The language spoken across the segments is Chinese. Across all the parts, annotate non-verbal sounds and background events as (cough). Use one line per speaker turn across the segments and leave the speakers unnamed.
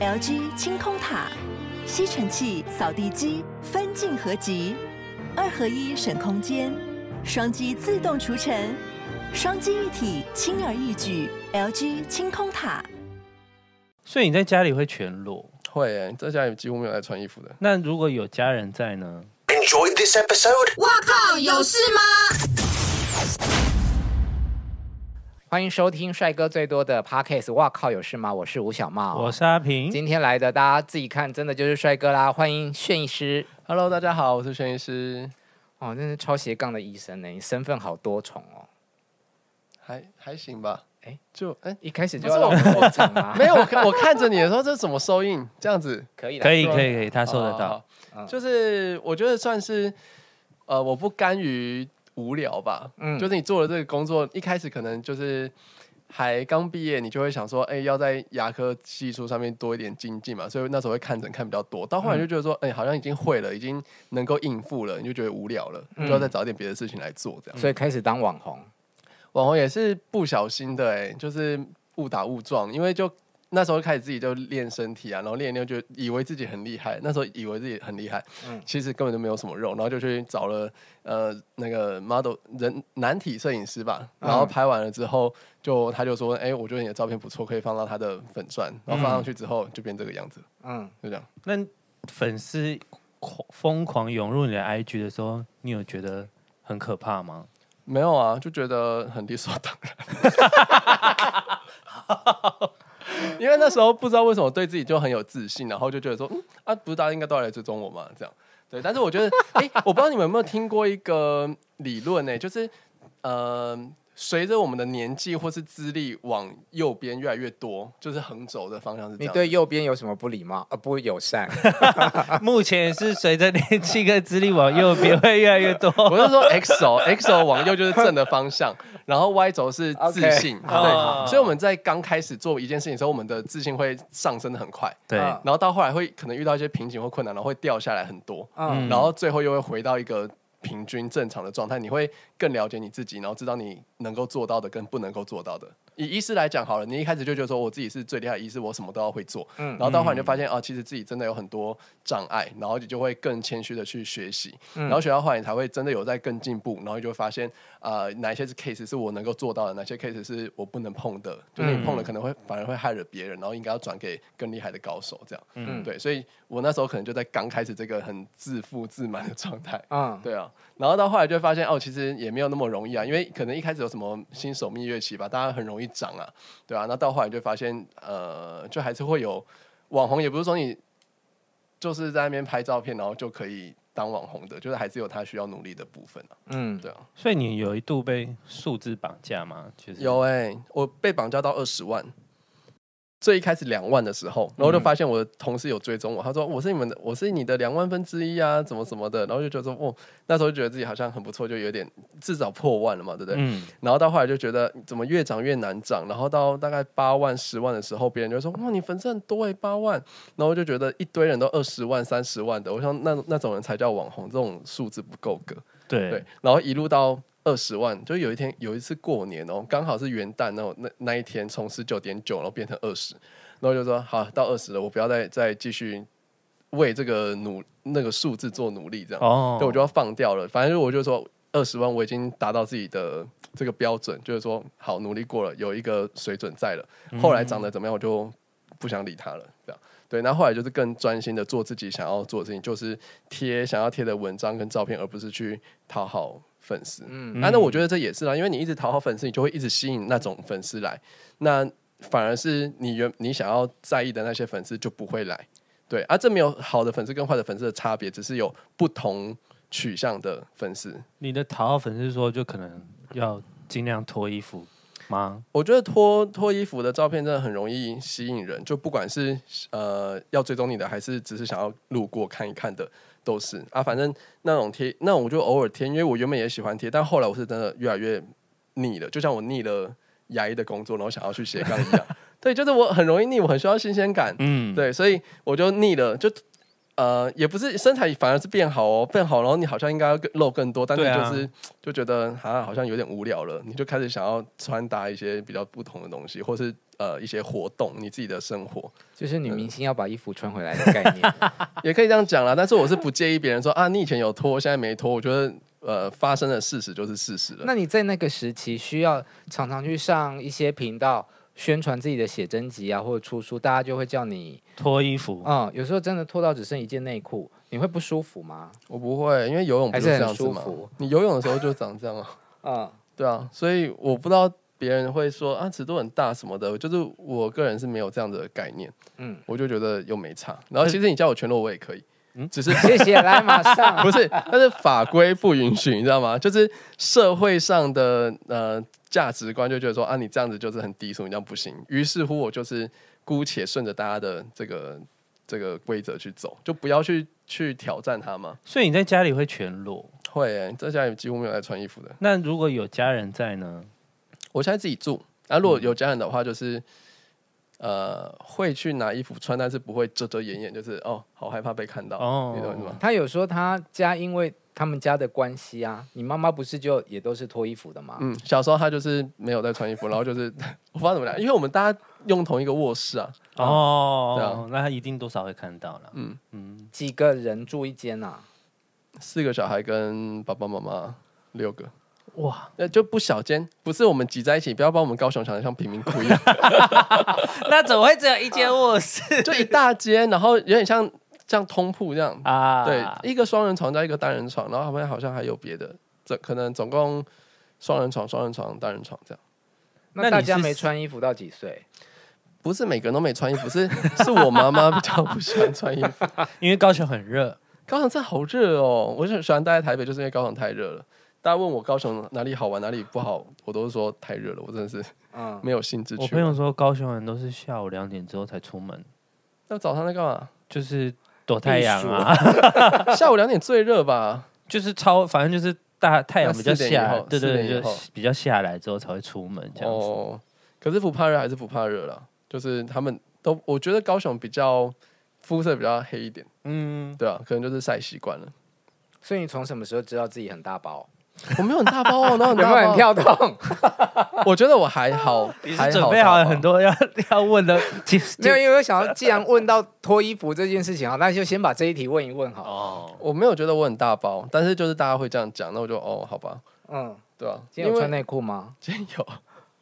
LG 清空塔、吸尘器、扫地机分镜合集，二合一省空间，双击自动除尘，双击一体轻而易举。LG 清空塔。
所以你在家里会全裸？
会耶，在家里几乎没有在穿衣服的。
那如果有家人在呢？
Enjoyed this episode?
欢迎收听帅哥最多的 podcast。哇靠，有事吗？我是吴小茂，
我是阿平。
今天来的，大家自己看，真的就是帅哥啦！欢迎炫医师，
Hello，大家好，我是轩医师。
哦，真是超斜杠的医生呢，你身份好多重哦。
还还行吧？
哎
就哎，
一开始
不
就要
是
让
我
我们过场
(laughs)
吗？
没有，我看我看着你的时候，这怎么收音？这样子哦
可以的，
可以可以可以，他收得
好
到
好。
嗯
就是我觉得算是呃，我不甘于无聊吧。
嗯
就是你做了这个工作，一开始可能就是。还刚毕业，你就会想说，哎、要在牙科技术上面多一点精进嘛，所以那时候会看诊看比较多。到后来就觉得说，哎、好像已经会了，已经能够应付了，你就觉得无聊了，就要再找点别的事情来做，这样。
所以开始当网红。
网红也是不小心的、欸，就是误打误撞，因为就那时候开始自己就练身体啊，然后练一练就觉得以为自己很厉害，那时候以为自己很厉害，
嗯
其实根本就没有什么肉，然后就去找了呃那个 model 人男体摄影师吧，然后
嗯
拍完了之后，就他就说，哎、我觉得你的照片不错，可以放到他的粉钻，然后放上去之后就变这个样子，
嗯，
就这样。
那粉丝狂疯狂涌入你的 IG 的时候，你有觉得很可怕吗？
没有啊，就觉得很理所当然。 (laughs) 因为那时候不知道为什么对自己就很有自信，然后就觉得说，嗯啊，不是大家应该都要来追踪我嘛，这样。对，但是我觉得，哎、我不知道你们有没有听过一个理论呢、就是，呃，随着我们的年纪或是资历往右边越来越多，就是横轴的方向是这
你
样。
对右边有什么不礼貌？呃，不友善。
啊
目前是随着年纪跟资历往右边会越来越
(laughs)
多。
我是说 X 轴，X 轴往右就是正的方
(laughs)
向，然后 Y 轴是自信。
哦
啊
对，所以我们在刚开始做一件事情的时候，我们的自信会上升的很快，
对，
嗯
然后到后来会可能遇到一些瓶颈或困难，然后会掉下来很多，
嗯，
然后最后又会回到一个平均正常的状态。你会更了解你自己，然后知道你能够做到的跟不能够做到的。以医师来讲好了，你一开始就觉得说我自己是最厉害的医师，我什么都要会做，
嗯
然后到后来你就发现啊，其实自己真的有很多障碍，然后你就会更谦虚的去学习，然后学到后来你才会真的有在更进步，然后你就会发现啊、呃哪一些是 case 是我能够做到的，哪些 case 是我不能碰的，就是你碰了可能会反而会害了别人，然后应该要转给更厉害的高手这样，
嗯
对，所以我那时候可能就在刚开始这个很自负自满的状态，
嗯，
对啊，然后到后来就会发现哦，其实也没有那么容易啊，因为可能一开始有什么新手蜜月期吧，大家很容易涨啊，对啊，那到后来就会发现呃，就还是会有网红，也不是说你就是在那边拍照片，然后就可以当网红的，就是还是有他需要努力的部分啊，
嗯，
对啊，
所以你有一度被数字绑架吗？就是
有哎、我被绑架到二十万。最一开始两万的时候，然后就发现我的同事有追踪我，他说我是你们的，我是你的两万分之一啊，怎么怎么的，然后就觉得说，哦，那时候就觉得自己好像很不错，就有点至少破万了嘛，对不对？
嗯，
然后到后来就觉得怎么越涨越难涨，然后到大概八万、十万的时候，别人就会说哇，你粉丝很多哎、八万。然后我就觉得一堆人都二十万、三十万的，我想那那种人才叫网红，这种数字不够格。对
对，，
然后一路到二十万，就有一天有一次过年哦，刚好是元旦那种那那一天，从十九点九然后变成二十，然后就说好到二十了，我不要再再继续为这个努那个数字做努力这样，
哦，
对，我就要放掉了。反正我就说二十万我已经达到自己的这个标准，就是说好努力过了，有一个水准在了。后来长得怎么样，我就不想理他了，这样。对，那后来就是更专心的做自己想要做的事情，就是贴想要贴的文章跟照片，而不是去讨好粉丝。嗯，啊，那我觉得这也是啦，因为你一直讨好粉丝，你就会一直吸引那种粉丝来，那反而是你原你想要在意的那些粉丝就不会来。对，啊，这没有好的粉丝跟坏的粉丝的差别，只是有不同取向的粉丝。
你的讨好粉丝说，就可能要尽量脱衣服吗？
我觉得脱脱衣服的照片真的很容易吸引人，就不管是呃要追踪你的，还是只是想要路过看一看的，都是啊。反正那种贴，那我就偶尔贴，因为我原本也喜欢贴，但后来我是真的越来越腻了，就像我腻了牙医的工作，然后想要去斜杠一样。 (laughs) 对，就是我很容易腻，我很需要新鲜感。
嗯，
对，所以我就腻了，就呃，也不是身材反而是变好哦，变好，然后你好像应该要更露更多，但是
对
就
啊
是、就觉得啊，好像有点无聊了，你就开始想要穿搭一些比较不同的东西，或是呃一些活动，你自己的生活，
就是女明星要把衣服穿回来的概
(laughs)
念。
也可以这样讲啦。但是我是不介意别人说啊，你以前有脱，现在没脱。我觉得呃，发生的事实就是事实了。
那你在那个时期需要常常去上一些频道宣传自己的写真集啊，或者出书，大家就会叫你，
脱衣服，
啊
嗯，有时候真的脱到只剩一件内裤，你会不舒服吗？
我不会，因为游泳不
还
是
是
这
很
样子
舒
嘛
服。
你游泳的时候就长这样啊。
嗯，
对啊，所以我不知道别人会说啊尺度很大什么的，就是我个人是没有这样的概念，嗯
嗯，
我就觉得又没差。然后其实你叫我全裸我也可以，嗯，只是 (laughs)
谢谢， (laughs) 来马上。
不是，但是法规不允许，你知道吗？就是社会上的呃价值观就觉得说啊你这样子就是很低俗，你这样不行。于是乎我就是姑且顺着大家的这个这个规则去走，就不要去去挑战它嘛。
所以你在家里会全裸。
会、欸，在家里几乎没有在穿衣服的。
那如果有家人在呢？
我现在自己住，然、后如果
嗯
有家人的话，就是呃会去拿衣服穿，但是不会遮遮掩掩，就是哦，好害怕被看到，
哦
你懂我意思吗？
他有说他家因为他们家的关系啊，你妈妈不是就也都是脱衣服的吗？
嗯，小时候他就是没有在穿衣服，然后就是 (laughs) 我不知道怎么讲，因为我们大家用同一个卧室啊，对啊
哦，那他一定多少会看到了。
嗯
嗯嗯，
几个人住一间啊？
四个小孩跟爸爸妈妈六个，
哇，
那就不小间，不是我们挤在一起，不要把我们高雄想的像贫民窟一样，
那怎么会只有一间卧
(laughs)
室
就一大间，然后有点像像通铺这样，
啊？
对，一个双人床加一个单人床，然后他们好像还有别的，这可能总共双人床、双人床、单人床这样。
那
那
你
大家
是
没穿衣服到几岁？
不是每个人都没穿衣
(laughs)
服，是是我妈妈比较不喜欢穿衣服。
因为高雄很热，
高雄真的好热哦，我就喜欢待在台北，就是因为高雄太热了。大家问我高雄哪里好玩，哪里不好，我都是说太热了，我真的是
嗯，
没有兴致
我
去
朋
玩。
友说高雄人都是下午两点之后才出门，
那早上在干嘛？
就是躲太阳啊，
下午两点最热吧？
(laughs) 就是超，反正就是大太阳比较
那四点以
下
后，
对
四
对
点以
对，就
后
比较下来之后才会出门 (laughs) 这样子。
哦，可是不怕热还是不怕热啦，就是他们都，我觉得高雄比较肤色比较黑一点。
嗯，
对啊，可能就是晒习惯了。
所以你从什么时候知道自己很大包？
我没有很大包
(laughs)
哦，那很
有没
大
有
包
很，跳动？
我觉得我还好，
你
还
是准备好了很
多。
多要 (laughs) 要问
(laughs)
的，其实
没有，因为我想要，既然问到脱衣服这件事情啊，那就先把这一题问一问好。
哦，
我没有觉得我很大包，但是就是大家会这样讲，那我就哦，好吧，
嗯，
对啊，
今
因
天有
为
穿内裤吗？
(laughs) 今天有，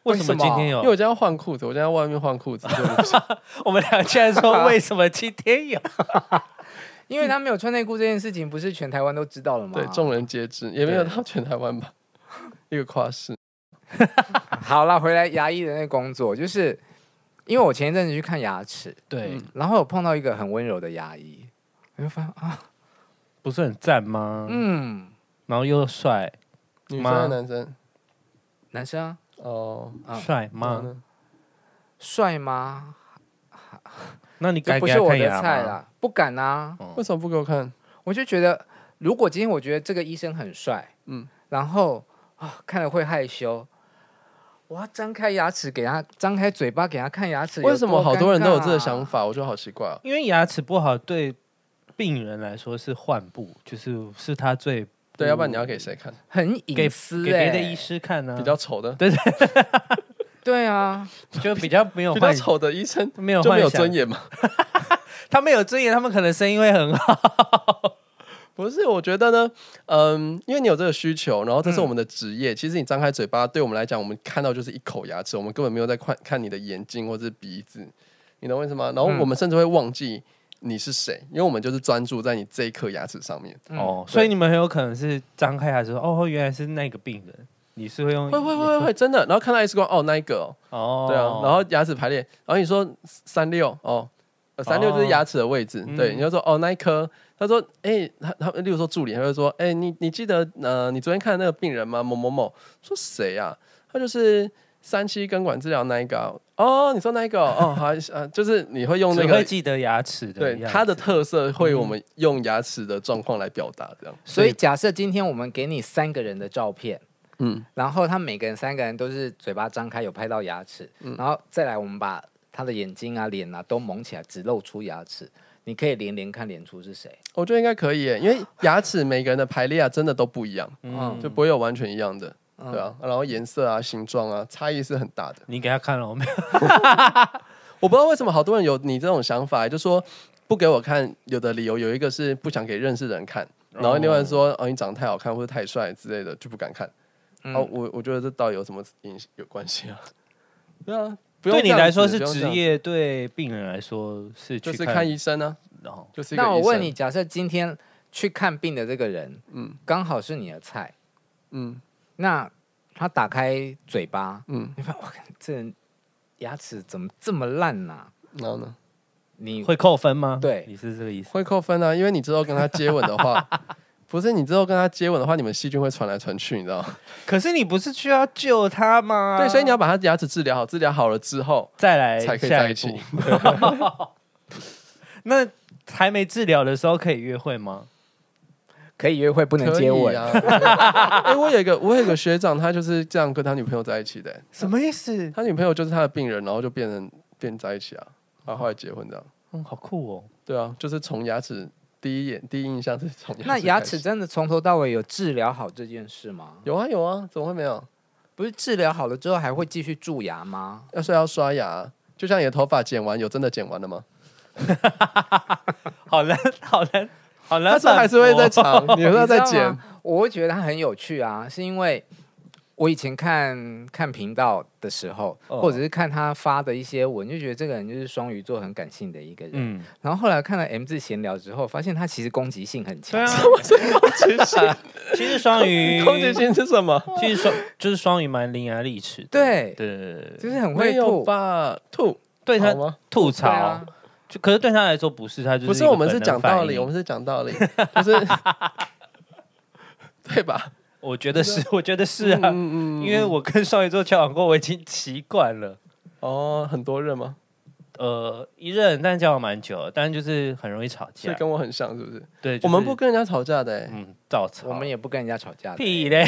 为什么今天
因为我
有？ (laughs)
今天要换裤子，我今天在外面换裤子，对不起
我们俩居然
(laughs)
说为什么今天有？
因为他没有穿内裤这件事情，不是全台湾都知道了吗？
(laughs)
对，众人皆知，也没有
对
到全台湾吧， (laughs) 一个跨市。
好啦，回来牙医的那工作，就是因为我前一阵子去看牙齿，
对，
然后有碰到一个很温柔的牙医，我就发现啊，
不是很赞吗？
嗯，
然后又帅，
嗯女生
妈
还是男生？
男生啊，
哦，
嗯
帅
然后
吗？
呢
帅吗？
那你
这
该
不
给
是
他
我
看
的
牙
菜
吗？
啦，不敢啊。
哦
为什么不给我看？
我就觉得，如果今天我觉得这个医生很帅，
嗯
嗯，然后啊看了会害羞，我要张开牙齿给他，张开嘴巴给他看牙齿，
为什么好多人都有这个想
法？
法？我觉得好奇怪哦。
因为牙齿不好对病人来说是患部，就是是他最
对，要不然你要给谁看？
很
给
隐私、欸，
给别的医师看呢、
比较丑的，
对啊，
(laughs) 就比较没有
比较
幻
丑的医生
没有
就没有
幻想
尊严嘛。
他们有尊严，他们可能声音会很好。
不是，我觉得呢，嗯，因为你有这个需求，然后这是我们的职业。其实你张开嘴巴，对我们来讲，我们看到就是一口牙齿，我们根本没有在看看你的眼睛或是鼻子，你懂我意思吗？然后我们甚至会忘记你是谁，因为我们就是专注在你这一颗牙齿上面。
嗯
哦，所以你们很有可能是张开牙齿说：“哦，原来是那个病人。”你是会用
会会会会，真的。然后看到 X 光，哦，那一个、哦，
哦，
对啊。然后牙齿排列，然后你说三六，哦，三六就是牙齿的位置，
嗯
对，你就说哦那一颗。他说：“哎、他他，例如说助理，他会说：哎、你你记得呃，你昨天看的那个病人吗？某某某，说谁啊？他就是三期根管治疗那一个啊、哦，你说那一个
(laughs)
哦，哦好，呃，就是你会用那
只会
个
记得牙齿的
对
样子嗯
它的特色，会我们用牙齿的状况来表达，这样。
所以假设今天我们给你三个人的照片，
嗯，
然后他每个人三个人都是嘴巴张开有拍到牙齿，然后再来我们把他的眼睛啊、脸啊都蒙起来，只露出牙齿，你可以连连看连出是谁。
我觉得应该可以耶，因为牙齿每个人的排列啊，真的都不一样，
嗯
就不会有完全一样的。
嗯
对啊，然后颜色啊、形状啊，差异是很大的。
你给他看了没有？
我不知道为什么好多人有你这种想法，就说不给我看，有的理由有一个是不想给认识的人看，然后另外说哦你长得太好看或者太帅之类的就不敢看。
嗯
哦，我我觉得这到底有什么影有关系啊？对啊，不用
对你
这样
来说
子
是
不用这
职
样
业，对病人来说是
就
去哦
是看医生啊，
然后
就是一个
那我
医
问
生
你，，假设今天去看病的这个人，
嗯
刚好是你的菜，
嗯
那他打开嘴巴，
嗯，
你发现哇，这人牙齿怎么这么烂呐、
然后呢？
你
会扣分吗？
对
你是这个意思。
会扣分啊，因为你之后跟他接吻的话，
(laughs)
不是你之后跟他接吻的话，你们细菌会传来传去，你知道吗？
可是你不是需要救他吗？
啊
对，所以你要把他牙齿治疗好，治疗好了之后，
再来
才可以
下
在一
一
起
步。那还没治疗的时候可以约会吗？
可以约会不能
可
接
以
吻， (laughs)
啊。哎、我有一个我有一个学长，他就是这样跟他女朋友在一起的、
什么意思？
他女朋友就是他的病人，然后就变成变在一起啊，然后后来结婚这样。
嗯，好酷哦。
对啊，就是从牙齿第一眼第一印象是从
那牙齿
齿开始
真的从头到尾有治疗好这件事吗？
有啊有啊，怎么会没有？
不是治疗好了之后还会继续蛀牙吗？
要是要刷牙，就像你的头发剪完，有真的剪完了吗？
好难，好难，好难反驳。
他说还是会再长， (laughs) 你有时候再
你知道
剪
吗。我会觉得它很有趣啊，是因为我以前看看频道的时候，
哦
或者是看他发的一些文，就觉得这个人就是双鱼座很感性的一个人。
嗯，
然后后来看了 M 字闲聊之后，发现他其实攻击性很
对
强。
啊。
(laughs)
其实双
嗯
鱼，
空姐性是什么？
其实双就是双鱼蛮伶牙俐齿的。
对
对对对对，
就是很
没
会
有
吐。
吧？吐
对
好
他
吗？
吐
对
槽
啊，，
就可是对他来说不是，他就是
不是，
一个
我们是
本能
讲
反
道理，
应
我们是讲道理，就是
(laughs)
对吧？
我觉得是，我觉得是啊，
嗯
因为我跟双鱼座交往过，我已经习惯了。
哦，很多人吗？
呃，一任但交往蛮久了，但就是很容易吵
所
架
以。跟我很像，是不是？
对，就
我们不
是
跟人家吵架的欸。
嗯照吵，
我们也不跟人家吵架的。
屁嘞！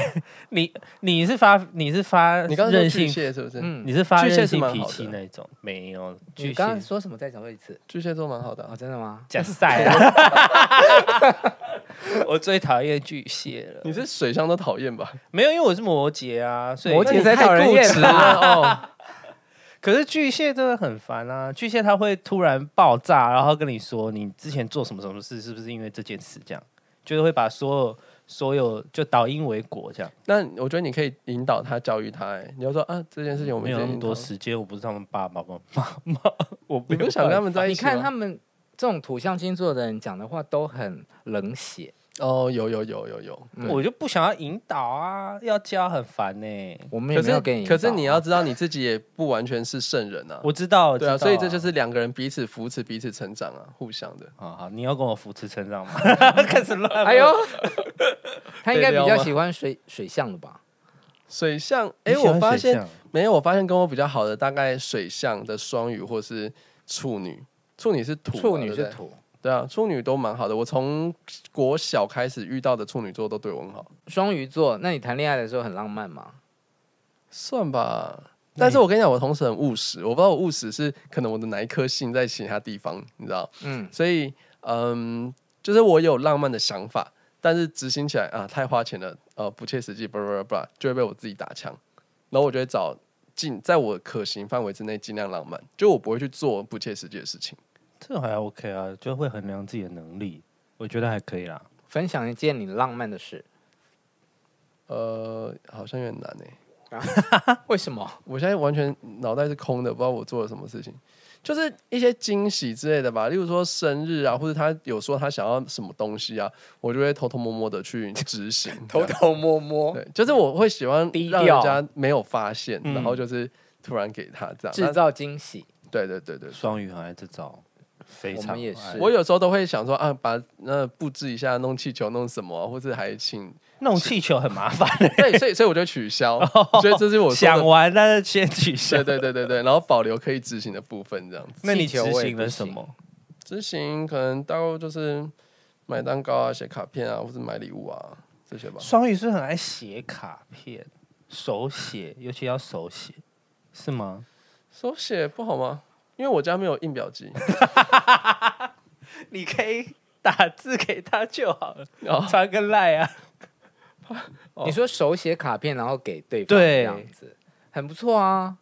你你是发你是发
你刚刚说
任
巨
性，
蟹是不是？
嗯，
你是发
巨蟹
任
是
性
蛮
脾
好
气
的
那种，没有巨
你
蟹
刚刚说什么？再讲多一次。
巨蟹座蛮好的啊
哦，，真的吗？
假赛啊！
(laughs)
我最讨厌巨蟹了，
你是水象都讨厌吧？
没有，因为我是摩羯啊，所以
摩
那你
羯才
太
讨人
固
厌
执
吧
了哦。
可是巨蟹真的很烦啊！巨蟹他会突然爆炸，然后跟你说你之前做什么什么事，是不是因为这件事？这样就是会把所有所有就导因为果这样。
那我觉得你可以引导他、教育他。欸你要说啊，这件事情我
我没
们
有
之
那
前
么多
已经讨论，
时间，我不是他们爸爸妈妈妈，我
你不
有
是想跟他
办
们在一
啊你
起
看他
吗？
们这种土象星座的人讲的话都很冷血。
哦，有有有有有。
法，我就不想要引导啊，要教很烦欸呢、
我们也
可
没有
是
给你引导
可
啊，
是你要知道，你自己也不完全是圣人啊。
我知道，
对啊，
我知道
所以这就是两个人彼此扶持、彼此成长啊，互相的。
啊，好，你要跟我扶持成
(laughs)
长吗？开始
(laughs)
乱，
哎呦，他应该比
对撩
较
吗
喜欢水水象的吧？
水象，哎、
你喜欢
我发
水
现
象
没有，我发现跟我比较好的大概水象的双鱼或是处女，处女是土嘛，
处女
对
是
不对，
土，
对啊，处女都蛮好的。我从国小开始遇到的处女座都对我很好，
双鱼座。那你谈恋爱的时候很浪漫吗？
算吧。但是我跟你讲，我同时很务实，我不知道我务实是可能我的哪一颗心在其他地方，你知道？
嗯，
所以，嗯，就是我有浪漫的想法，但是执行起来啊，太花钱了，呃，不切实际，不不不，就会被我自己打枪。然后我就会找尽在我可行范围之内尽量浪漫，就我不会去做不切实际的事情。
这还 OK 啊，就会衡量自己的能力，我觉得还可以啦。
分享一件你浪漫的事。
呃，好像有点难诶、
为什么？
我现在完全脑袋是空的，不知道我做了什么事情。就是一些惊喜之类的吧，例如说生日啊，或者他有说他想要什么东西啊，我就会偷偷摸摸的去执
(laughs)
行。这
偷
样
偷摸摸，
对，就是我会喜欢
低
让人
调
家没有发现，
嗯
然后就是突然给他这
制
样。那
造惊喜。
对对对对，
双鱼很爱这招，非
我
常
们也
爱
是
我有时候都会想说啊，把那布置一下，弄气球，弄什么啊，或者还
(laughs)
请
弄气球很麻烦，
对，所以所以我就取消，所以这是我说的
想玩但是先取消
对。对对对对，然后保留可以执行的部分这样子。
那你
气
执
球我也
行
不
了什
行
么？
执行可能大概就是买蛋糕啊、写卡片啊，或者买礼物啊这些吧。
双鱼是很爱写卡片，手写，尤其要手写，是吗？
手写不好吗？因为我家没有印表机，
你可以打字给他就好了，
哦
传个赖啊。
你说手写卡片，然后给对方
对
这样子，很不错啊。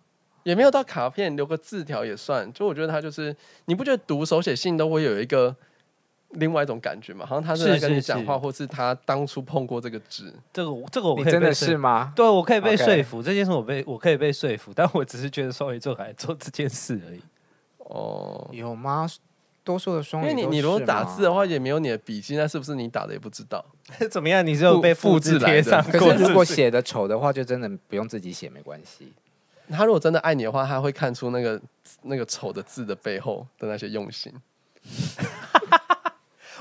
也没有到卡片，留个字条也算。就我觉得他就是，你不觉得读手写信都会有一个另外一种感觉吗？好像他是在
是
跟你
是
讲
是
话，或是他当初碰过这个纸。
这个我这个我
你
可以
真的
被说
是吗？
对，我可以被
OK
说服这件事，我被我可以被说服，但我只是觉得双鱼座来做这件事而已。
哦，
有吗？多数的双
因为
鱼
你
都
你如果
是
打
吗
字的话，也没有你的笔记，那是不是你打的也不知道？
(laughs) 怎么样？你是有
复
被复
复
制
制来
贴
的
上
可
(laughs) 过？
是如果
不
写的丑的话，就真的不用自己写没关系。
他如果真的爱你的话，他会看出那个那个丑的字的背后的那些用心。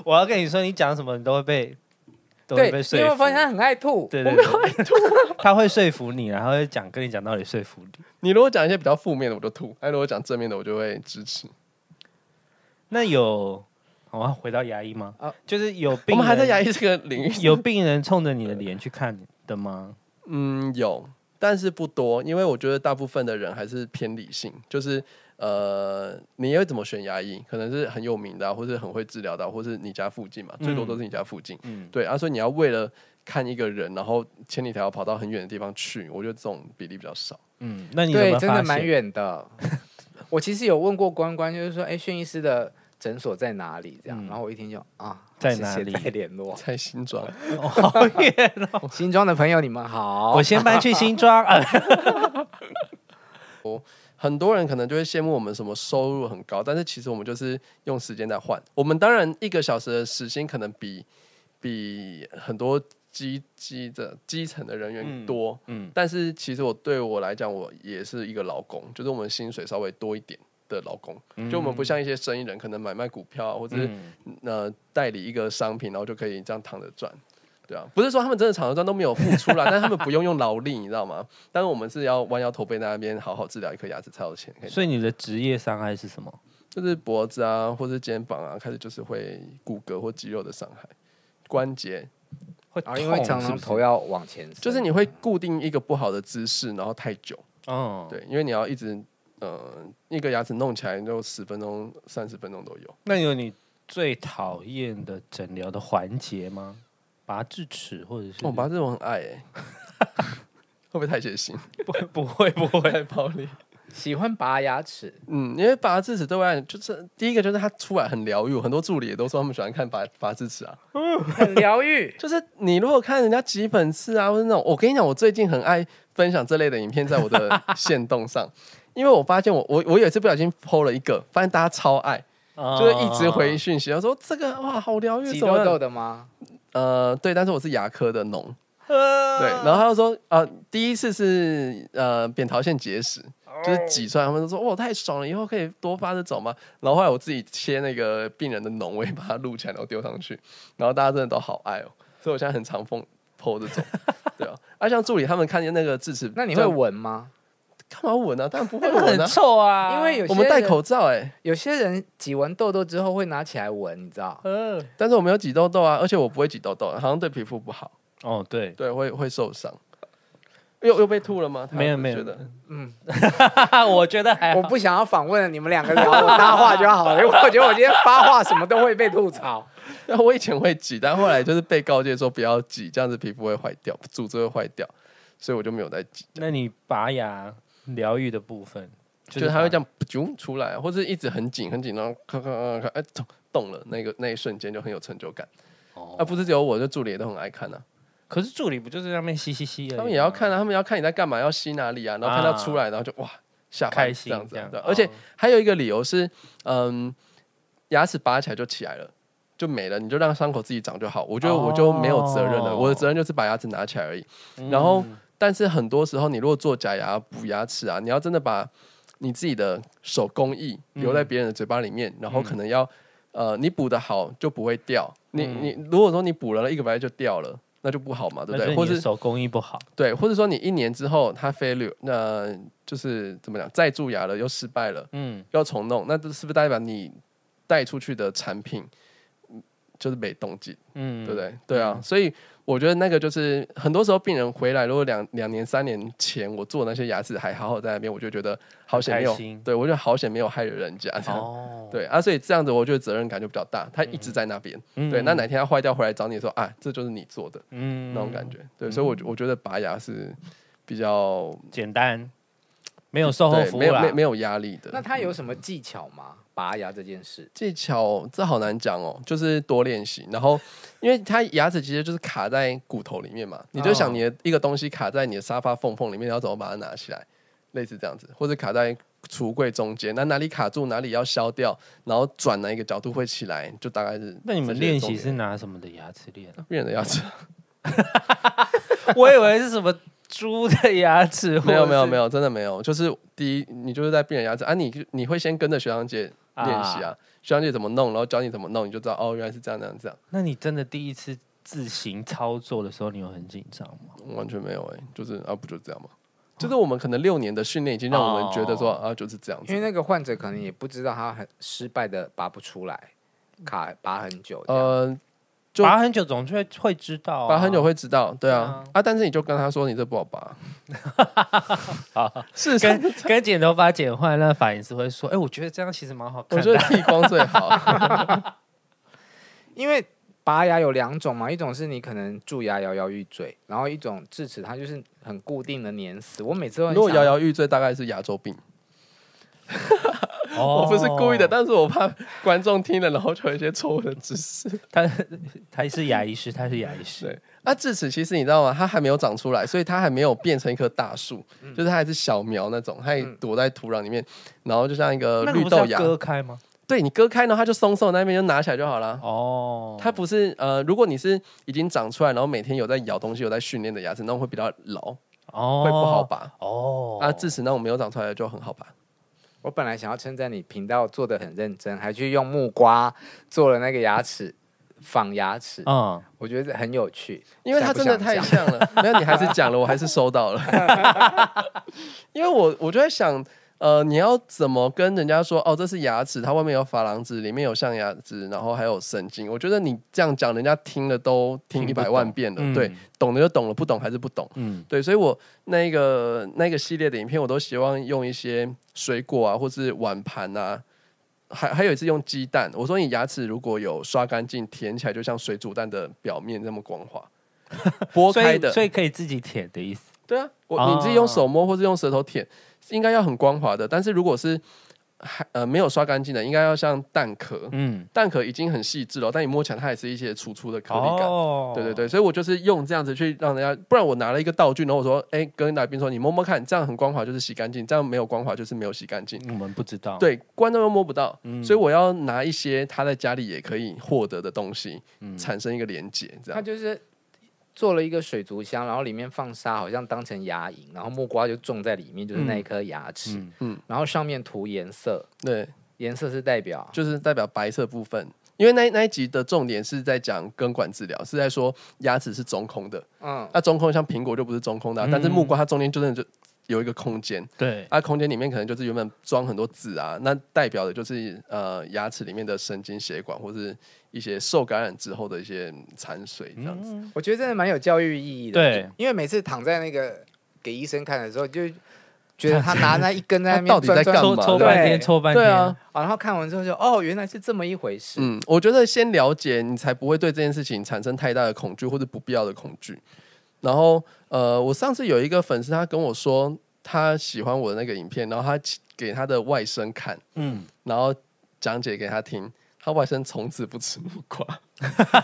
我要跟你说，你讲什么你都会被都
对，
会被
你有没
说
有
服
发。现他很爱吐？
对对对， (laughs) 他会说服你，然后会讲跟你讲道理说服你。
你如果讲一些比较负面的，我就吐；，哎，如果讲正面的，我就会支持。
那有，我要回到牙医吗？
啊
就是有
我
病，
们还在
(laughs)
牙
医，
医这个领域， (laughs)
有病人冲着你的脸去看的吗？
嗯，有，但是不多，因为我觉得大部分的人还是偏理性，就是呃，你要怎么选牙医，可能是很有名的、啊，或是很会治疗的啊、或是你家附近嘛，最多都是你家附近。
嗯，
对啊，所以你要为了看一个人，然后千里迢迢跑到很远的地方去，我觉得这种比例比较少。
嗯，那你有没
对，
有
真
发
的蛮
现？
远的。 (laughs) 我其实有问过关关，就是说，哎，炫医师的诊所在哪里？这样，
嗯
然后我一听就啊，
在
谢
哪
谢
里
再联络。
在新庄，
(laughs) 哦好远哦！
新庄的朋友，你们好。
我先搬去新庄。呃
很多人可能就会羡慕我们什么收入很高，但是其实我们就是用时间在换。我们当然一个小时的时薪可能比比很多基基的基层的人员多，
嗯，
但是其实我对我来讲，我也是一个劳工，就是我们薪水稍微多一点的劳工。就我们不像一些生意人，可能买卖股票、啊、或者是、
嗯
呃代理一个商品，然后就可以这样躺着赚。对啊，不是说他们真的躺着赚都没有付出啦，
(laughs)
但是他们不用用劳力，你知道吗？但是我们是要弯腰驼背在那边好好治疗一颗牙齿才有钱可以，
(laughs) 所以你的职业伤害是什么？
就是脖子啊或是肩膀啊开始就是会骨骼或肌肉的伤害，关节
会
啊，因为常常头要往前伸，
就是你会固定一个不好的姿势，然后太久。
哦，
对，因为你要一直呃一个牙齿弄起来就十分钟、三十分钟都有。
那有你最讨厌的诊疗的环节吗？拔智齿或者是？
我拔这种很爱 (laughs) 哎、会不会太血腥？
不 (laughs) 不会不会，
太暴力？
喜欢拔牙齿，
嗯，因为拔智齿对我来讲，就是第一个就是它出来很疗愈，很多助理也都说他们喜欢看拔拔智齿啊。。
很疗愈
(laughs)
就是你如果看人家几粉刺啊，或者那种，我跟你讲，我最近很爱分享这类的影片在我的线动上，因为我发现我我我有一次不小心 PO 了一个，发现大家超爱，就是一直回
啊
哦
讯息，他说这个哇好疗愈，
挤
什么
痘
的
痘的吗？
呃，对，但是我是牙科的
(laughs)
脓，
啊
对，然后他就说，呃，第一次是呃扁桃腺结石，
哦
就是挤出来，他们就说，哇，太爽了，以后可以多发这种嘛。然后后来我自己切那个病人的脓，我也把它录起来，然后丢上去，然后大家真的都好爱哦，所以我现在很常疯剖这种，对啊。啊，像助理他们看见那个智齿，
那你
就
会闻吗？
干嘛闻啊？当然不会
那
闻
很
啊，
臭啊，
因为有些
我们戴
人
口罩哎、
有些人挤完痘痘之后会拿起来闻，你
(laughs)
知道？
呃
但是我没有挤痘痘啊，而且我不会挤痘痘，好像对皮肤不好，
哦对，
对，会会受伤。又又被吐了吗？
没有没有
觉得 (laughs)
啊我觉得还
我
哎好
不想要访问你们两个聊我搭话就好了，因为我觉得我今天发话什么都会被吐槽。
那我以前会挤，但后来就是被告诫说不要挤，这样子皮肤会坏掉，组织会坏掉，所以我就没有再挤。
那你拔牙疗愈的部分，
就
就是
它
拔
会这样啾出来，或者一直很紧很紧，然后咔咔咔咔，哎动动了，那个那一瞬间就很有成就感。啊，不是只有我，就助理也都很爱看啊，
可是助理不就是在那边吸吸吸而已吗
他们也要看啊，他们要看你在干嘛，要吸哪里啊，然后看到出来，然后就哇吓
开心
这样子
这
啊
样，
对
哦
而且还有一个理由是，嗯，牙齿拔起来就起来了。就没了，你就让伤口自己长就好。我觉得我就没有责任了
哦
我的责任就是把牙齿拿起来而已。然后
嗯
但是很多时候，你如果做假牙、补牙齿啊，你要真的把你自己的手工艺
嗯
留在别人的嘴巴里面，然后可能要呃，你补的好就不会掉。你
嗯
你如果说你补了一个白就掉了，那就不好嘛，对
那
不
就是
对？
你
或
的
是
手工艺不好，
对，或者说你一年之后它 failure，那、就是怎么讲，再蛀牙了又失败了，
嗯
要重弄，那这是不是代表你带出去的产品嗯就是没动静，
嗯，
对不对？对啊，所以我觉得那个就是很多时候病人回来，如果两两年、三年前我做那些牙齿还好好在那边，我就觉得好险没有
很开心，
对我就好险没有害了人家这样。
哦，
对啊，所以这样子我觉得责任感就比较大，他一直在那边。
嗯
对，那哪天他坏掉回来找你的时候啊，这就是你做的
嗯
那种感觉。对，所以我我觉得拔牙是比较
简单，没有售后
对
服务
没有
啦
没有没有压力的。
那他有什么技巧吗？拔牙这件事，
技巧这好难讲哦，就是多练习。然后，因为它牙齿其实就是卡在骨头里面嘛，你就
嗯
想你的一个东西卡在你的沙发缝缝里面，你要怎么把它拿起来？类似这样子，或者卡在橱柜中间，那哪里卡住，哪里要削掉，然后转哪一个角度会起来，就大概是。
那你们练习是拿什么的牙齿练？啊
病人的牙齿？
(laughs) 我以为是什么猪的牙齿，
没有没有没
有，
有，真的没有。就是第一，你就是在病人牙齿啊，你你会先跟着学长姐练习啊，学长姐怎么弄，然后教你怎么弄，你就知道哦，原来是这样这样这样。
那你真的第一次自行操作的时候，你有很紧张吗？
完全没有哎、就是啊，不就这样吗？就是我们可能六年的训练已经让
哦
我们觉得说、啊，就是这样
因
子
为。那个患者可能也不知道他很失败的拔不出来，卡拔很久这样。
呃，就
拔很久，总是会会知道、啊，
拔很久会知道，对
对啊
啊，啊，但是你就跟他说你这不好
(laughs)
拔。是
跟跟剪头发剪坏，那发型师会说：“哎、我觉得这样其实蛮好
我
看
觉
的
得。剃光最
(laughs)
好。
因为拔牙有两种嘛，一种是你可能蛀牙摇摇欲坠，然后一种智齿它就是很固定的粘死。我每次都很
如果
想
摇摇欲坠，大概是牙周病。
哦
我不是故意的，但是我怕观众听了然后就有一些错误的知
(laughs)
识。
他他是牙医师，他是牙医师，
对，啊，智齿其实你知道吗？它还没有长出来，所以它还没有变成一棵大树，
嗯
就是它还是小苗那种，它也躲在土壤里面，然后就像一个
那个
绿
不是
豆
要
芽。
割开吗？
对你割开呢，它就松松，那边就拿起来就好了。
哦，
它不是呃，如果你是已经长出来，然后每天有在咬东西、有在训练的牙齿，那种会比较牢，
哦
会不好拔。
哦
啊，智齿那种没有长出来的就很好拔。
我本来想要称赞你频道做的很认真，还去用木瓜做了那个牙齿仿牙齿，
啊
嗯，
我觉得很有趣。
因为它
现在
真
不
的
想
太
讲
像了，没有你还是讲了，我还是收到了。
(laughs)
因为我我就在想，呃，你要怎么跟人家说哦，这是牙齿，它外面有珐琅质，里面有象牙质，然后还有神经。我觉得你这样讲，人家听了都听
听
一
不
百万遍了，
嗯
对，懂的就懂了，不懂还是不懂。
嗯
对，所以我那个那个系列的影片，我都希望用一些水果啊，或是碗盘啊，还还有一次用鸡蛋。我说你牙齿如果有刷干净，舔起来就像水煮蛋的表面那么光
(laughs)
滑，剥
所
开
以
的。
所以可以自己舔的意思。
对啊，我、
哦
你自己用手摸或是用舌头舔，应该要很光滑的。但是如果是还呃没有刷干净的，应该要像蛋壳，
嗯，
蛋壳已经很细致了，但你摸起来它也是一些粗粗的颗粒感。
哦
对对对，所以我就是用这样子去让人家，不然我拿了一个道具，然后我说，哎、跟来宾说，你摸摸看，这样很光滑就是洗干净，这样没有光滑就是没有洗干净。
我们不知道。，
对，观众又摸不到，所以我要拿一些他在家里也可以获得的东西，产生一个连接，这
他
样。
就是做了一个水族箱，然后里面放沙，好像当成牙龈，然后木瓜就种在里面，就是那一颗牙齿。
嗯
嗯，然后上面涂颜色，
对，
颜色是代表啊
就是代表白色部分，因为那那一集的重点是在讲根管治疗，是在说牙齿是中空的，
嗯，
那、中空像苹果就不是中空的啊、但是木瓜它中间就真的就有一个空间，
对，
啊，空间里面可能就是原本装很多纸啊，那代表的就是呃牙齿里面的神经血管或是一些受感染之后的一些残水这样子。
我觉得真的蛮有教育意义的。
对，
因为每次躺在那个给医生看的时候，就觉得他拿那一根在那边
他到底在
转转
干
抽
嘛
抽
对
半天，抽半天。
对啊，
啊，然后看完之后就哦，原来是这么一回事。
嗯，我觉得先了解，你才不会对这件事情产生太大的恐惧或者不必要的恐惧。然后呃，我上次有一个粉丝他跟我说，他喜欢我的那个影片，然后他给他的外甥看，
嗯，
然后讲解给他听。他外甥从此不吃木瓜， (laughs)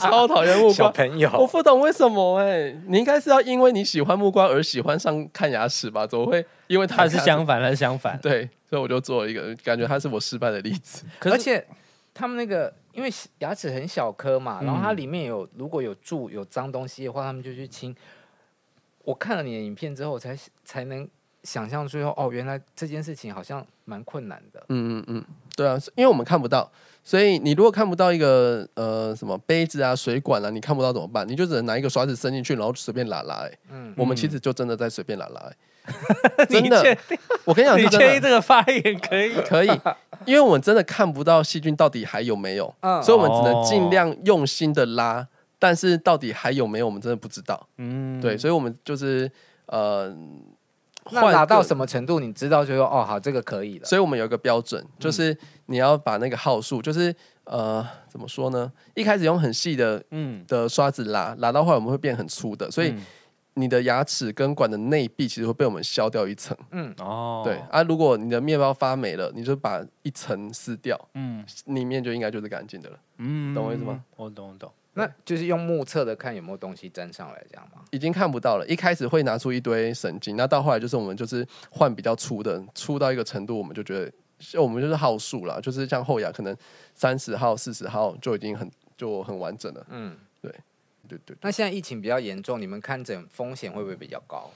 超讨厌木瓜。
朋友
我不懂为什么哎、你应该是要因为你喜欢木瓜而喜欢上看牙齿吧？怎么会因为
他
它
是相反，他是相反。
(laughs) 对，所以我就做了一个感觉它是我失败的例子。
可
而
是
且他们那个因为牙齿很小颗嘛，然后
嗯
它里面有如果有蛀有脏东西的话，他们就去清。我看了你的影片之后，我才才能想象出哦，原来这件事情好像蛮困难的。
(laughs) 嗯嗯嗯，对啊，因为我们看不到，所以你如果看不到一个呃什么杯子啊、水管啊，你看不到怎么办？你就只能拿一个刷子伸进去，然后随便拉拉、欸。
嗯
我们其实就真的在随便拉拉、欸
你
真的 (laughs)
确定
我跟你讲，
你
是
确定
真的
这个发言可以？
可以，因为我们真的看不到细菌到底还有没有，
嗯
所以我们只能尽量用心的拉，但是到底还有没有，我们真的不知道。
嗯，
对，所以我们就是呃，
那打到
么？
什么程度，你知道就说哦，好，这个可以了。
所以我们有一个标准，就是你要把那个号数，就是呃，怎么说呢？一开始用很细的
嗯，
的刷子拉，拉到后来我们会变很粗的，所以
嗯
你的牙齿跟管的内壁其实会被我们削掉一层。
嗯
哦，
对啊，如果你的面包发霉了，你就把一层撕掉，
嗯
里面就应该就是干净的了。
嗯，
懂我意思吗？
我懂，我 (laughs) 懂。
那就是用目测的看有没有东西粘上来，这样吗？
已经看不到了，一开始会拿出一堆神经，那到后来就是我们就是换比较粗的，粗到一个程度，我们就觉得像我们就是号数啦，就是像后牙可能三十号、四十号就已经很就很完整了。
嗯，
对对，
那现在疫情比较严重，你们看诊风险会不会比较高？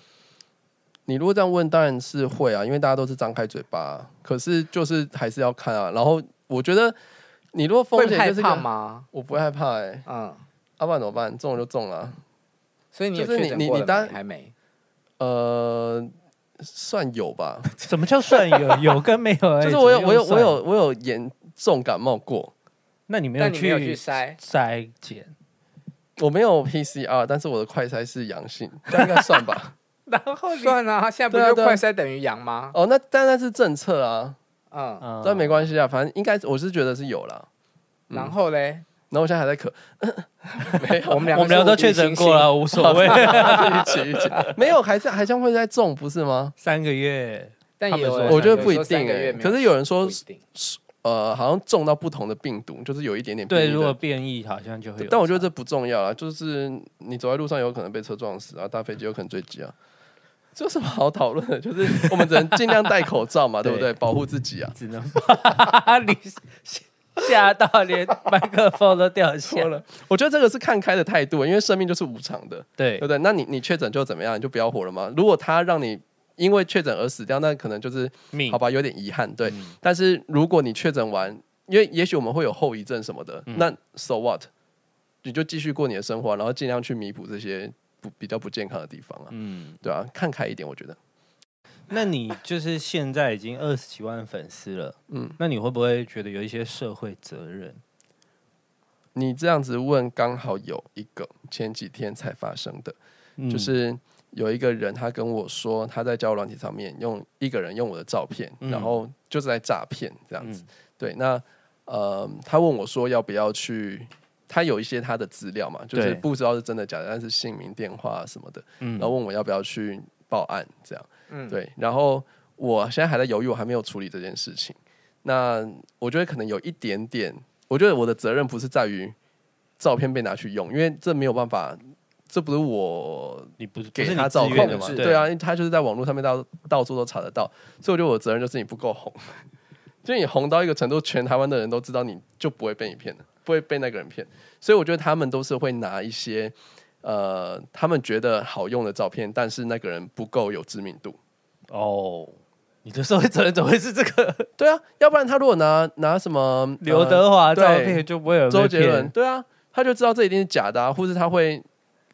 你如果这样问，当然是会啊，因为大家都是张开嘴巴，可是就是还是要看啊。然后我觉得你如果风
会
险
害
就是
怕
个？
吗？
我不会害怕哎、欸，
嗯，
要、不然怎么办？中了就中了啊、
所以你有
就是
确
你
诊
你
过
你
了
当
没？还没。
呃，算有吧，
什么叫算有有跟没
哎
有而已？
就是我有
怎
我
么
有
用
我
算，
有我有严重感冒过。
那你没有
但你没有
去
去筛，
筛检，
我没有 PCR，但是我的快筛是阳性，这样应该
(laughs)
算吧？
然后
算啊，现在不
对啊
就
对啊
快筛等于阳吗？
哦，那但那是政策啊，
嗯，
但
嗯，
没关系啊，反正应该我是觉得是有啦。嗯
然
(laughs)
后嘞，
然后我现在还在
(laughs)
咳，
我们两
我们
个
俩
是
都
无敌
确诊
星
过
星，
了，无所谓。
一起一起，没有，还是还像会再中不是吗？
三个月，
但
他
也
们
有
说
人
我觉得
有
不一
说三
定
个月
欸，
没
可是有人说
不一定
呃，好像中到不同的病毒，就是有一点点变异
对，
的
如果变异好像就会有。
但我觉得这不重要啊，就是你走在路上有可能被车撞死啊，搭飞机有可能坠机啊，这有什么好讨论的？就是我们只能尽量戴口
(laughs)
罩嘛，对不对？保护自己啊。
只能把你吓吓到连麦克风都掉下了。
我觉得这个是看开的态度，因为生命就是无常的。
对
对不，对？那你你确诊就怎么样？你就不要活了吗？如果他让你因为确诊而死掉，那可能就是
命嗯
好吧，有点遗憾。对，但是如果你确诊完，因为也许我们会有后遗症什么
嗯
的，那 so what？你就继续过你的生活，啊然后尽量去弥补这些不比较不健康的地方啊，
嗯，
对啊，看开一点，我觉得。
那你就是现在已经二十几万粉丝了，
嗯
嗯，那你会不会觉得有一些社会责任？
你这样子问，刚好有一个前几天才发生的，
嗯
就是有一个人他跟我说，他在交友软体上面用一个人用我的照片，
嗯
然后就是在诈骗这样子。
嗯
对，那呃，他问我说要不要去，他有一些他的资料嘛，就是
对
不知道是真的假的，但是姓名、电话什么的，
嗯
然后问我要不要去报案这样。
嗯
对，然后我现在还在犹豫，我还没有处理这件事情。那我觉得可能有一点点，我觉得我的责任不是在于照片被拿去用，因为这没有办法，这不是我
你不是
给他照
片
片的嘛？
制
对啊，，因为他就是在网络上面到到处都查得到，所以我觉得我的责任就是你不够红， (laughs) 就你红到一个程度，全台湾的人都知道你就不会被你骗的，不会被那个人骗。所以我觉得他们都是会拿一些呃他们觉得好用的照片，但是那个人不够有知名度。
哦，你的社会责任怎么会是这个
对啊，要不然他如果拿拿什么
刘、德华照
对
片就不会有人被
周杰伦，
骗？
对啊，他就知道这一定是假的、啊，或是他会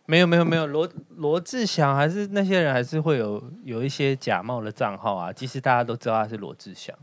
没有没有没有，罗罗志祥还是那些人还是会有有一些假冒的账号啊，即使大家都知道他是罗志祥，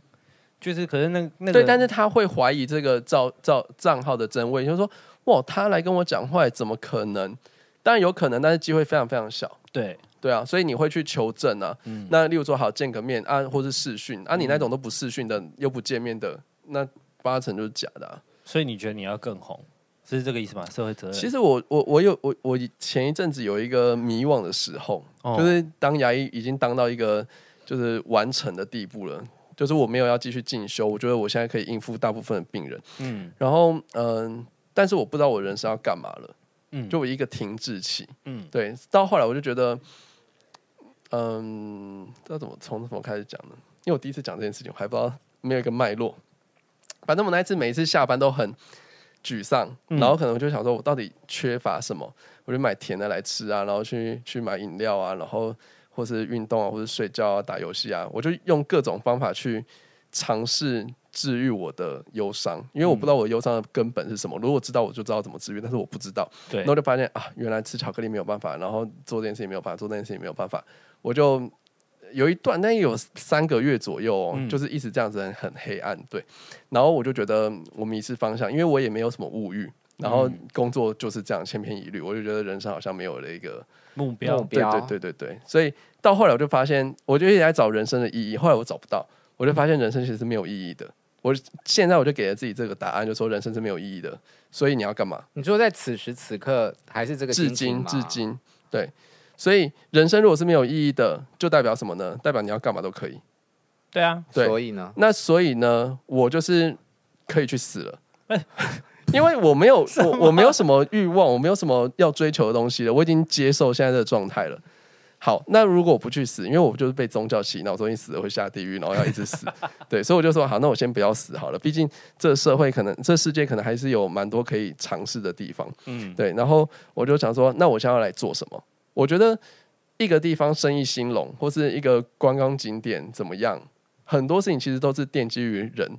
就是可是那那个
对，但是他会怀疑这个照照账号的真伪，就是说，哇，他来跟我讲话，怎么可能？当然有可能，但是机会非常非常小。
对
对啊，所以你会去求证啊。那例如说好见个面啊，或是视讯啊，你那种都不视讯的，又不见面的，那八成就是假的、啊。
所以你觉得你要更红，是这个意思吗？社会责任
其实我我我有我我前一阵子有一个迷惘的时候，
哦
就是当牙医已经当到一个就是完成的地步了，就是我没有要继续进修，我觉得我现在可以应付大部分的病人。
嗯
然后嗯、但是我不知道我人生要干嘛了，
嗯
就我一个停滞期。
嗯
对，到后来我就觉得，嗯，这要怎么从什么开始讲呢？因为我第一次讲这件事情，我还不知道没有一个脉络。反正我那一次每一次下班都很沮丧，
嗯
然后可能我就想说，我到底缺乏什么？我就买甜的来吃啊，然后去去买饮料啊，然后或是运动啊，或是睡觉啊，打游戏啊，我就用各种方法去尝试治愈我的忧伤，因为我不
嗯
知道我忧伤的根本是什么。如果知道，我就知道怎么治愈，但是我不知道。
对
然后就发现啊，原来吃巧克力没有办法，然后做这件事情没有办法，做那件事情没有办法，我就有一段，但也有三个月左右、哦，
嗯
就是一直这样子很很黑暗，对。然后我就觉得我迷失方向，因为我也没有什么物欲，然后
嗯
工作就是这样千篇一律，我就觉得人生好像没有了一个
目标
目标
对对对对对，所以到后来我就发现，我就一直在找人生的意义，后来我找不到，我就发现人生其实是没有意义的。我现在我就给了自己这个答案，就说人生是没有意义的，所以你要干嘛？
你说在此时此刻还是这个
至
心情
今
吗
至，今，对，所以人生如果是没有意义的，就代表什么呢？代表你要干嘛都可以。
对啊，
对
所以呢，
那所以呢，我就是可以去死了，因为我没有我我没有哎 (laughs) 什么欲望，我没有什么要追求的东西了，我已经接受现在这个状态了。好，那如果我不去死，因为我就是被宗教洗脑，说你死了会下地狱，然后要一直死， (laughs) 对，所以我就说好，那我先不要死好了，毕竟这社会可能这世界可能还是有蛮多可以尝试的地方。
嗯，
对，然后我就想说，那我现在要来做什么？我觉得一个地方生意兴隆，或是一个观光景点怎么样，很多事情其实都是奠基于人，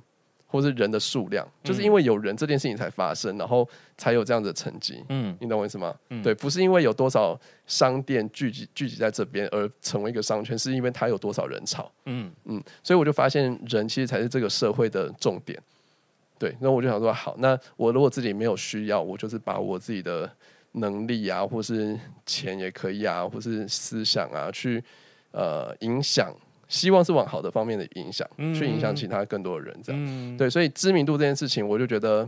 或是人的数量，就是因为有人这件事情才发生，然后才有这样的成绩。
嗯，
你懂我意思吗？
嗯
对，不是因为有多少商店聚集聚集在这边而成为一个商圈，是因为它有多少人潮。
嗯
嗯，所以我就发现人其实才是这个社会的重点。对，那我就想说，好，那我如果自己没有需要，我就是把我自己的能力啊，或是钱也可以啊，或是思想啊，去呃影响，希望是往好的方面的影响，去影响其他更多的人，这样。
嗯，
对，所以知名度这件事情，我就觉得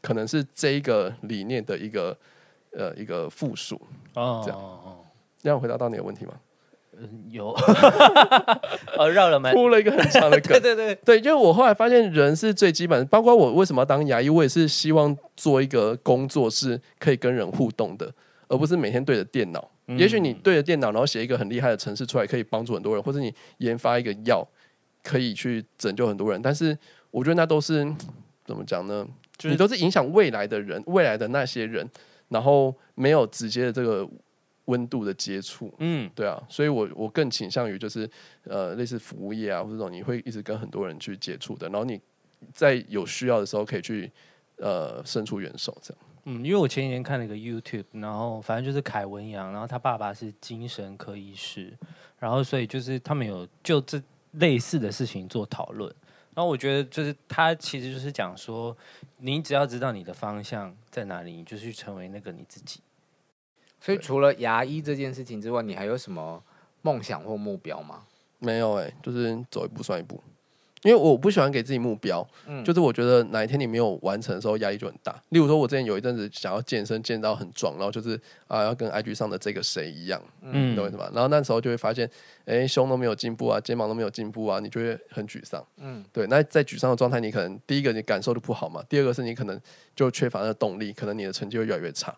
可能是这一个理念的一个呃一个附属。
哦
这样
哦，
这样回答到你的问题吗？
嗯有， (laughs) 哦，绕了蛮，
铺了一个很长的梗
(laughs) 对，对对，
对，因为我后来发现人是最基本的，包括我为什么要当牙医，我也是希望做一个工作是可以跟人互动的，而不是每天对着电脑。
嗯
也许你对着电脑，然后写一个很厉害的程式出来，可以帮助很多人，或者你研发一个药，可以去拯救很多人。但是我觉得那都是嗯怎么讲呢？
就是
你都是影响未来的人，未来的那些人，然后没有直接的这个温度的接触。
嗯
对啊，所以我我更倾向于就是呃，类似服务业啊，或者这种你会一直跟很多人去接触的，然后你在有需要的时候可以去呃伸出援手，这样。
嗯，因为我前几天看了一个 YouTube，然后反正就是凯文杨，然后他爸爸是精神科医师，然后所以就是他们有就这类似的事情做讨论。然后我觉得就是他其实就是讲说，你只要知道你的方向在哪里，你就去成为那个你自己。
所以除了牙医这件事情之外，你还有什么梦想或目标吗？
没有哎、就是走一步算一步，因为我不喜欢给自己目标，
嗯
就是我觉得哪一天你没有完成的时候，压力就很大。例如说，我之前有一阵子想要健身，健到很壮，然后就是啊、要跟 IG 上的这个谁一样，你
嗯
懂我意思吗？然后那时候就会发现，哎，胸都没有进步啊，肩膀都没有进步啊，你就会很沮丧。
嗯，
对。那在沮丧的状态，你可能第一个你感受就不好嘛，第二个是你可能就缺乏那个动力，可能你的成绩会越来越差。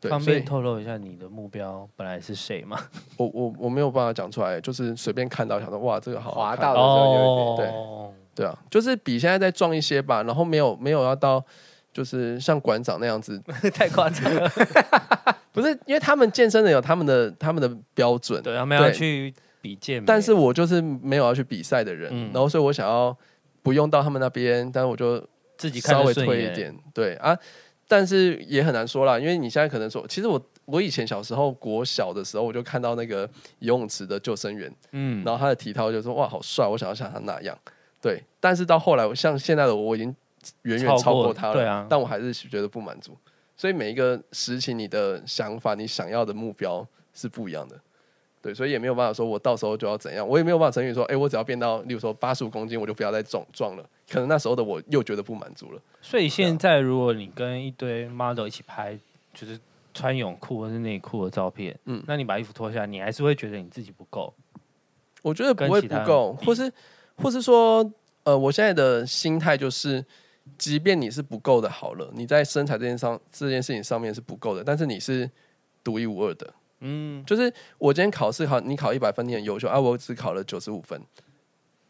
对，
方
所以
便透露一下你的目标本来是谁吗？
我我我没有办法讲出来，就是随便看到想说哇，这个好好
滑
看
到的时候有一点。
对
哦
对啊，就是比现在再壮一些吧，然后没有没有要到就是像馆长那样子，
(laughs) 太夸张
(laughs)
了。
不是因为他们健身的有他们的他们的标准，
对，他们要
对
去比健美，
但是我就是没有要去比赛的人，
嗯
然后所以我想要不用到他们那边，但是我就
自己看
稍
得
微
顺
推
眼
一，点，对啊，但是也很难说啦，因为你现在可能说，其实我我以前小时候国小的时候，我就看到那个游泳池的救生员，
嗯
然后他的体操就说哇好帅，我想要像他那样。对，但是到后来，我像现在的我，我已经远远
超
超
过
过他了，
对啊
但我还是觉得不满足。所以每一个时期，你的想法、你想要的目标是不一样的。对，所以也没有办法说我到时候就要怎样，我也没有办法承认说，哎、我只要变到，例如说八十五公斤，我就不要再壮壮了。可能那时候的我又觉得不满足了。
所以
啊
现在，如果你跟一堆 model 一起拍，就是穿泳裤或是内裤的照片，嗯
嗯，
那你把衣服脱下来，你还是会觉得你自己不够。
我觉得不
跟
会
其
不
他人
够，
比
或是或是说，呃，我现在的心态就是，即便你是不够的，好了，你在身材这件上这件事情上面是不够的，但是你是独一无二的。
嗯，
就是我今天考试考你考一百分，你很优秀啊，我只考了九十五分，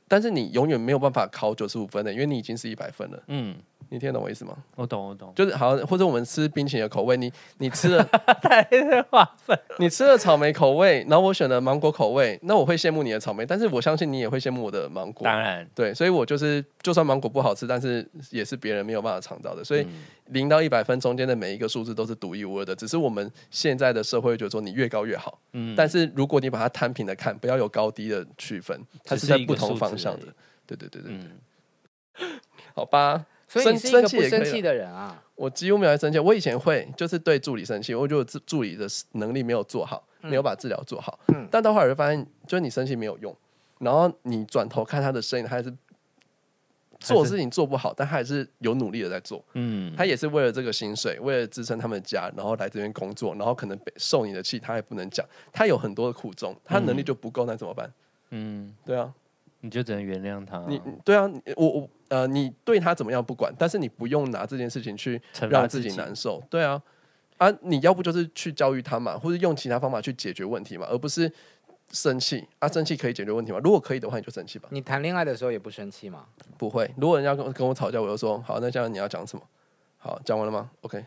但是你永远没有办法考九十五分的，因为你已经是一百分了。
嗯，
你听得懂我意思吗？
我懂我懂，
就是好像，或者我们吃冰淇淋的口味，你你吃了
太划分，
你吃了草莓口味，然后我选了芒果口味，那我会羡慕你的草莓，但是我相信你也会羡慕我的芒果。
当然，
对，所以我就是，就算芒果不好吃，但是也是别人没有办法尝到的。所以
嗯
零到一百分中间的每一个数字都是独一无二的，只是我们现在的社会觉得说你越高越好，
嗯，
但是如果你把它摊平的看，不要有高低的区分，它
只
是
是
在
一个
不同
数
方
字
向
而已
的。对对对对，
嗯，
好吧。
所以你
生
是一
生
个
气
不
也可
生
以
气
啦
的人啊。
我几乎没有在生气，我以前会就是对助理生气，我觉得我助助理的能力没有做好，没有把治疗做好。
嗯
但到后来我就发现，就是你生气没有用，然后你转头看他的身影，他还是做事情做不好，但他还是有努力的在做。
嗯，
他也是为了这个薪水，为了支撑他们的家，然后来这边工作，然后可能被受你的气，他也不能讲，他有很多的苦衷，他能力就不够，那怎么办？
嗯，
对啊，
你就只能原谅他，
你对啊，你我我呃，你对他怎么样不管，但是你不用拿这件事情去
惩罚
让
自
自己
己
难受。对啊，啊，你要不就是去教育他嘛，或者用其他方法去解决问题嘛，而不是生气啊，生气可以解决问题吗？如果可以的话，你就生气吧。
你谈恋爱的时候也不生气吗？
不会，如果人家跟我跟我吵架，我就说好，那这样你要讲什么？好，讲完了吗？OK，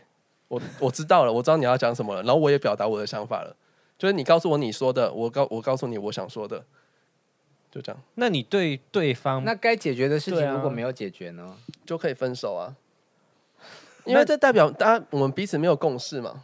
我我知道了，我知道你要讲什么了，然后我也表达我的想法了，就是你告诉我你说的，我告我告诉你我想说的，就这样
那你对对方
嗯
那该解决的事
对
情
啊
如果没有解决呢？
就可以分手啊。因为这代表大家我们彼此没有共识嘛。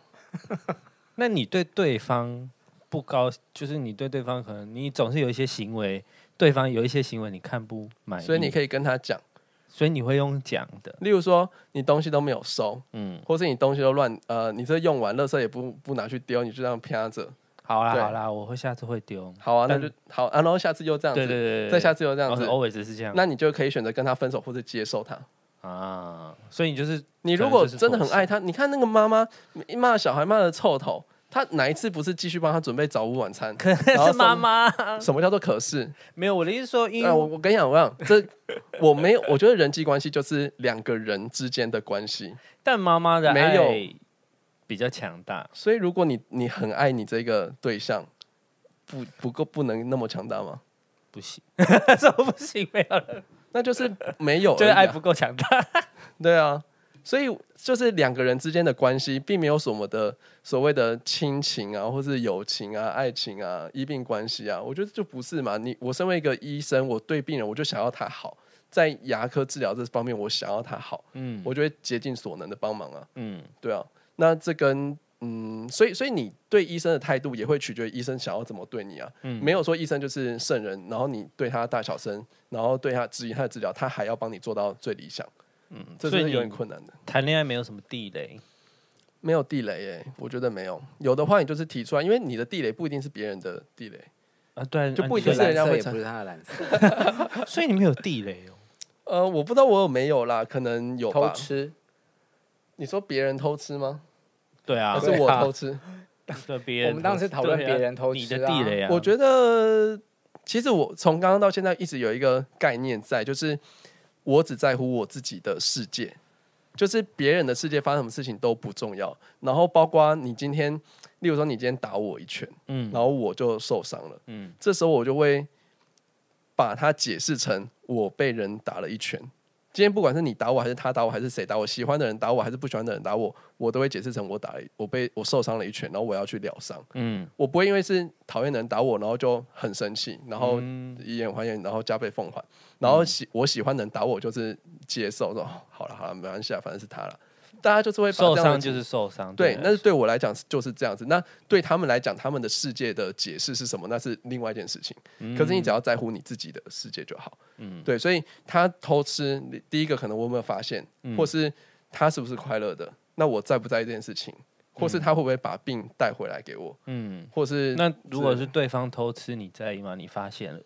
那你对对方不高，就是你对对方可能你总是有一些行为，对方有一些行为你看不满意，
所以你可
以，
以跟他讲，
所以你会用讲的，
例如说你东西都没有收，
嗯，
或是你东西都乱，呃，你这用完，垃圾也不不拿去丢，你就这样啪着。
好啦
对
好啦，我会下次会丢，
好啊，那
但
就好啊，然后下次又这样子，
对对对对，
再下次又这
这
样子，
，always 是这样，
那你就可以选择跟他分手或者接受他。
啊，所以你就是
你如果真的很爱他，你看那个妈妈骂小孩骂的臭头，他哪一次不是继续帮他准备早午晚餐？可
但是妈，妈
什么叫做可是？
没有我的意思说，因
呃，我我跟你讲，我跟你讲这我没有，我觉得人际关系就是两个人之间的关系。
但妈妈的
没有
爱比较强大，
所以如果你你很爱你这个对象，不不够不能那么强大吗？
不行， (laughs) 这不行，没有了，
那就是没有而已啊，
(laughs) 就是爱不够强大，
对啊，所以就是两个人之间的关系，并没有什么的所谓的亲情啊，或是友情啊、爱情啊、医病关系啊，我觉得就不是嘛。你我身为一个医生，我对病人我就想要他好，在牙科治疗这方面，我想要他好，
嗯
我就会竭尽所能的帮忙啊。
嗯，
对啊，那这跟嗯，所以所以你对医生的态度也会取决于医生想要怎么对你啊。
嗯
没有说医生就是圣人，然后你对他大小声，然后对他指引他的治疗，他还要帮你做到最理想。嗯，这
所以
是
你
有点困难的。
谈恋爱没有什么地雷，
没有地雷耶、我觉得没有。有的话，你就是提出来，因为你的地雷不一定是别人的地雷。
啊，对，
就不一
你的
定是
对
人家
蓝色
会
也
猜
不是他的蓝色，
所以你们有地雷哦。
呃，我不知道我有没有啦，可能有
偷
吧。
吃。
你说别人偷吃吗？
对啊，
还
不
是
对
我
啊
偷吃？
对别人，
我们当时讨论
对啊
别人偷吃啊
你的地雷啊，
我觉得，其实我从刚刚到现在一直有一个概念在，就是我只在乎我自己的世界，就是别人的世界发生什么事情都不重要。然后包括你今天，例如说你今天打我一拳，
嗯
然后我就受伤了，
嗯
这时候我就会把它解释成我被人打了一拳。今天不管是你打我，还是他打我，还是谁打我，喜欢的人打我，还是不喜欢的人打我，我都会解释成我打了一，我被我受伤了一拳，然后我要去疗伤。
嗯
我不会因为是讨厌的人打我，然后就很生气，然后
嗯
以眼还眼，然后加倍奉还。然后喜我喜欢的人打我，就是接受说哦好了好了，没关系啊，反正是他了。大家就是会把
受
这样的
伤
情
就是受伤，
对，
啊
那是对我来讲是就是这样子。那对他们来讲，他们的世界的解释是什么，那是另外一件事情。可是你只要在乎你自己的世界就好。
嗯
对，所以他偷吃，你第一个可能我有没有发现，
嗯
或是他是不是快乐的？那我在不在意这件事情？或是他会不会把病带回来给我？
嗯。
或是
那如果是对方偷吃，你在意吗？你发现了，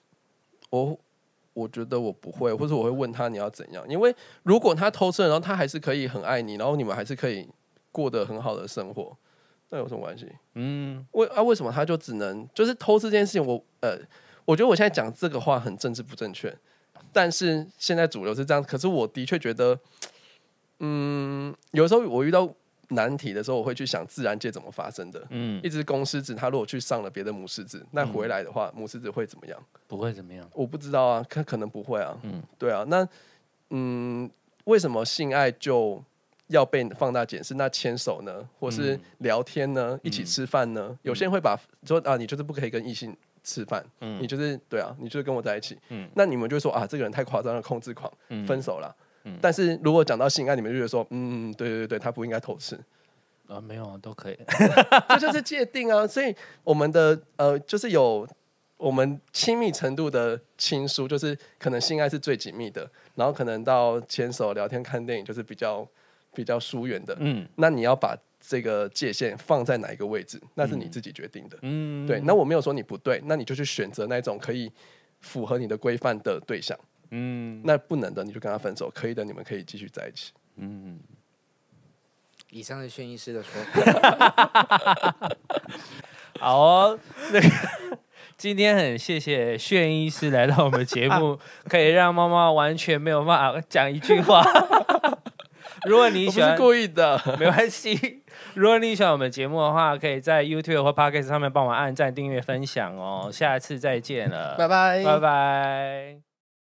我哦我觉得我不会，或者我会问他你要怎样，因为如果他偷吃了，然后他还是可以很爱你，然后你们还是可以过得很好的生活，那有什么关系？
嗯，
为啊，为什么他就只能就是偷吃这件事情？我呃，我觉得我现在讲这个话很政治不正确，但是现在主流是这样，可是我的确觉得，嗯，有时候我遇到难题的时候，我会去想自然界怎么发生的。
嗯
一，只公狮子，它如果去上了别的母狮子，那回来的话，母狮子会怎么样？
不会怎么样。
我不知道啊，可可能不会啊。
嗯
嗯，对啊，那嗯，为什么性爱就要被放大检视？那牵手呢，或是
嗯
聊天呢，一起吃饭呢？有些人会把说啊，你就是不可以跟异性吃饭，
嗯
你就是对啊，你就是跟我在一起。
嗯
嗯，那你们就会说啊，这个人太夸张了，控制狂，
嗯
分手啦。
嗯
但是如果讲到性爱，你们就觉得说，嗯，对对对，他不应该偷吃，
啊，没有啊，都可以。
这就是界定啊。所以我们的呃，就是有我们亲密程度的亲疏，就是可能性爱是最紧密的，然后可能到牵手、聊天、看电影，就是比较比较疏远
(laughs)
的。
嗯
那你要把这个界限放在哪一个位置，那是你自己决定的。
嗯，
对，那我没有说你不对，那你就去选择那种可以符合你的规范的对象。
嗯
那不能的你就跟他分手，可以的你们可以继续在一起。
嗯，
以上是炫医师的
(laughs)
说法，
好哦，那个今天很谢谢炫医师来到我们节目，可以让猫猫完全没有办法讲一句话。如果你
我不
喜
是
欢，
故意的，
没关系。如果你喜欢我们节目的话，可以在 YouTube 或 Podcast 上面帮我们按赞、订阅、分享哦。下次再见了，
拜拜
拜拜。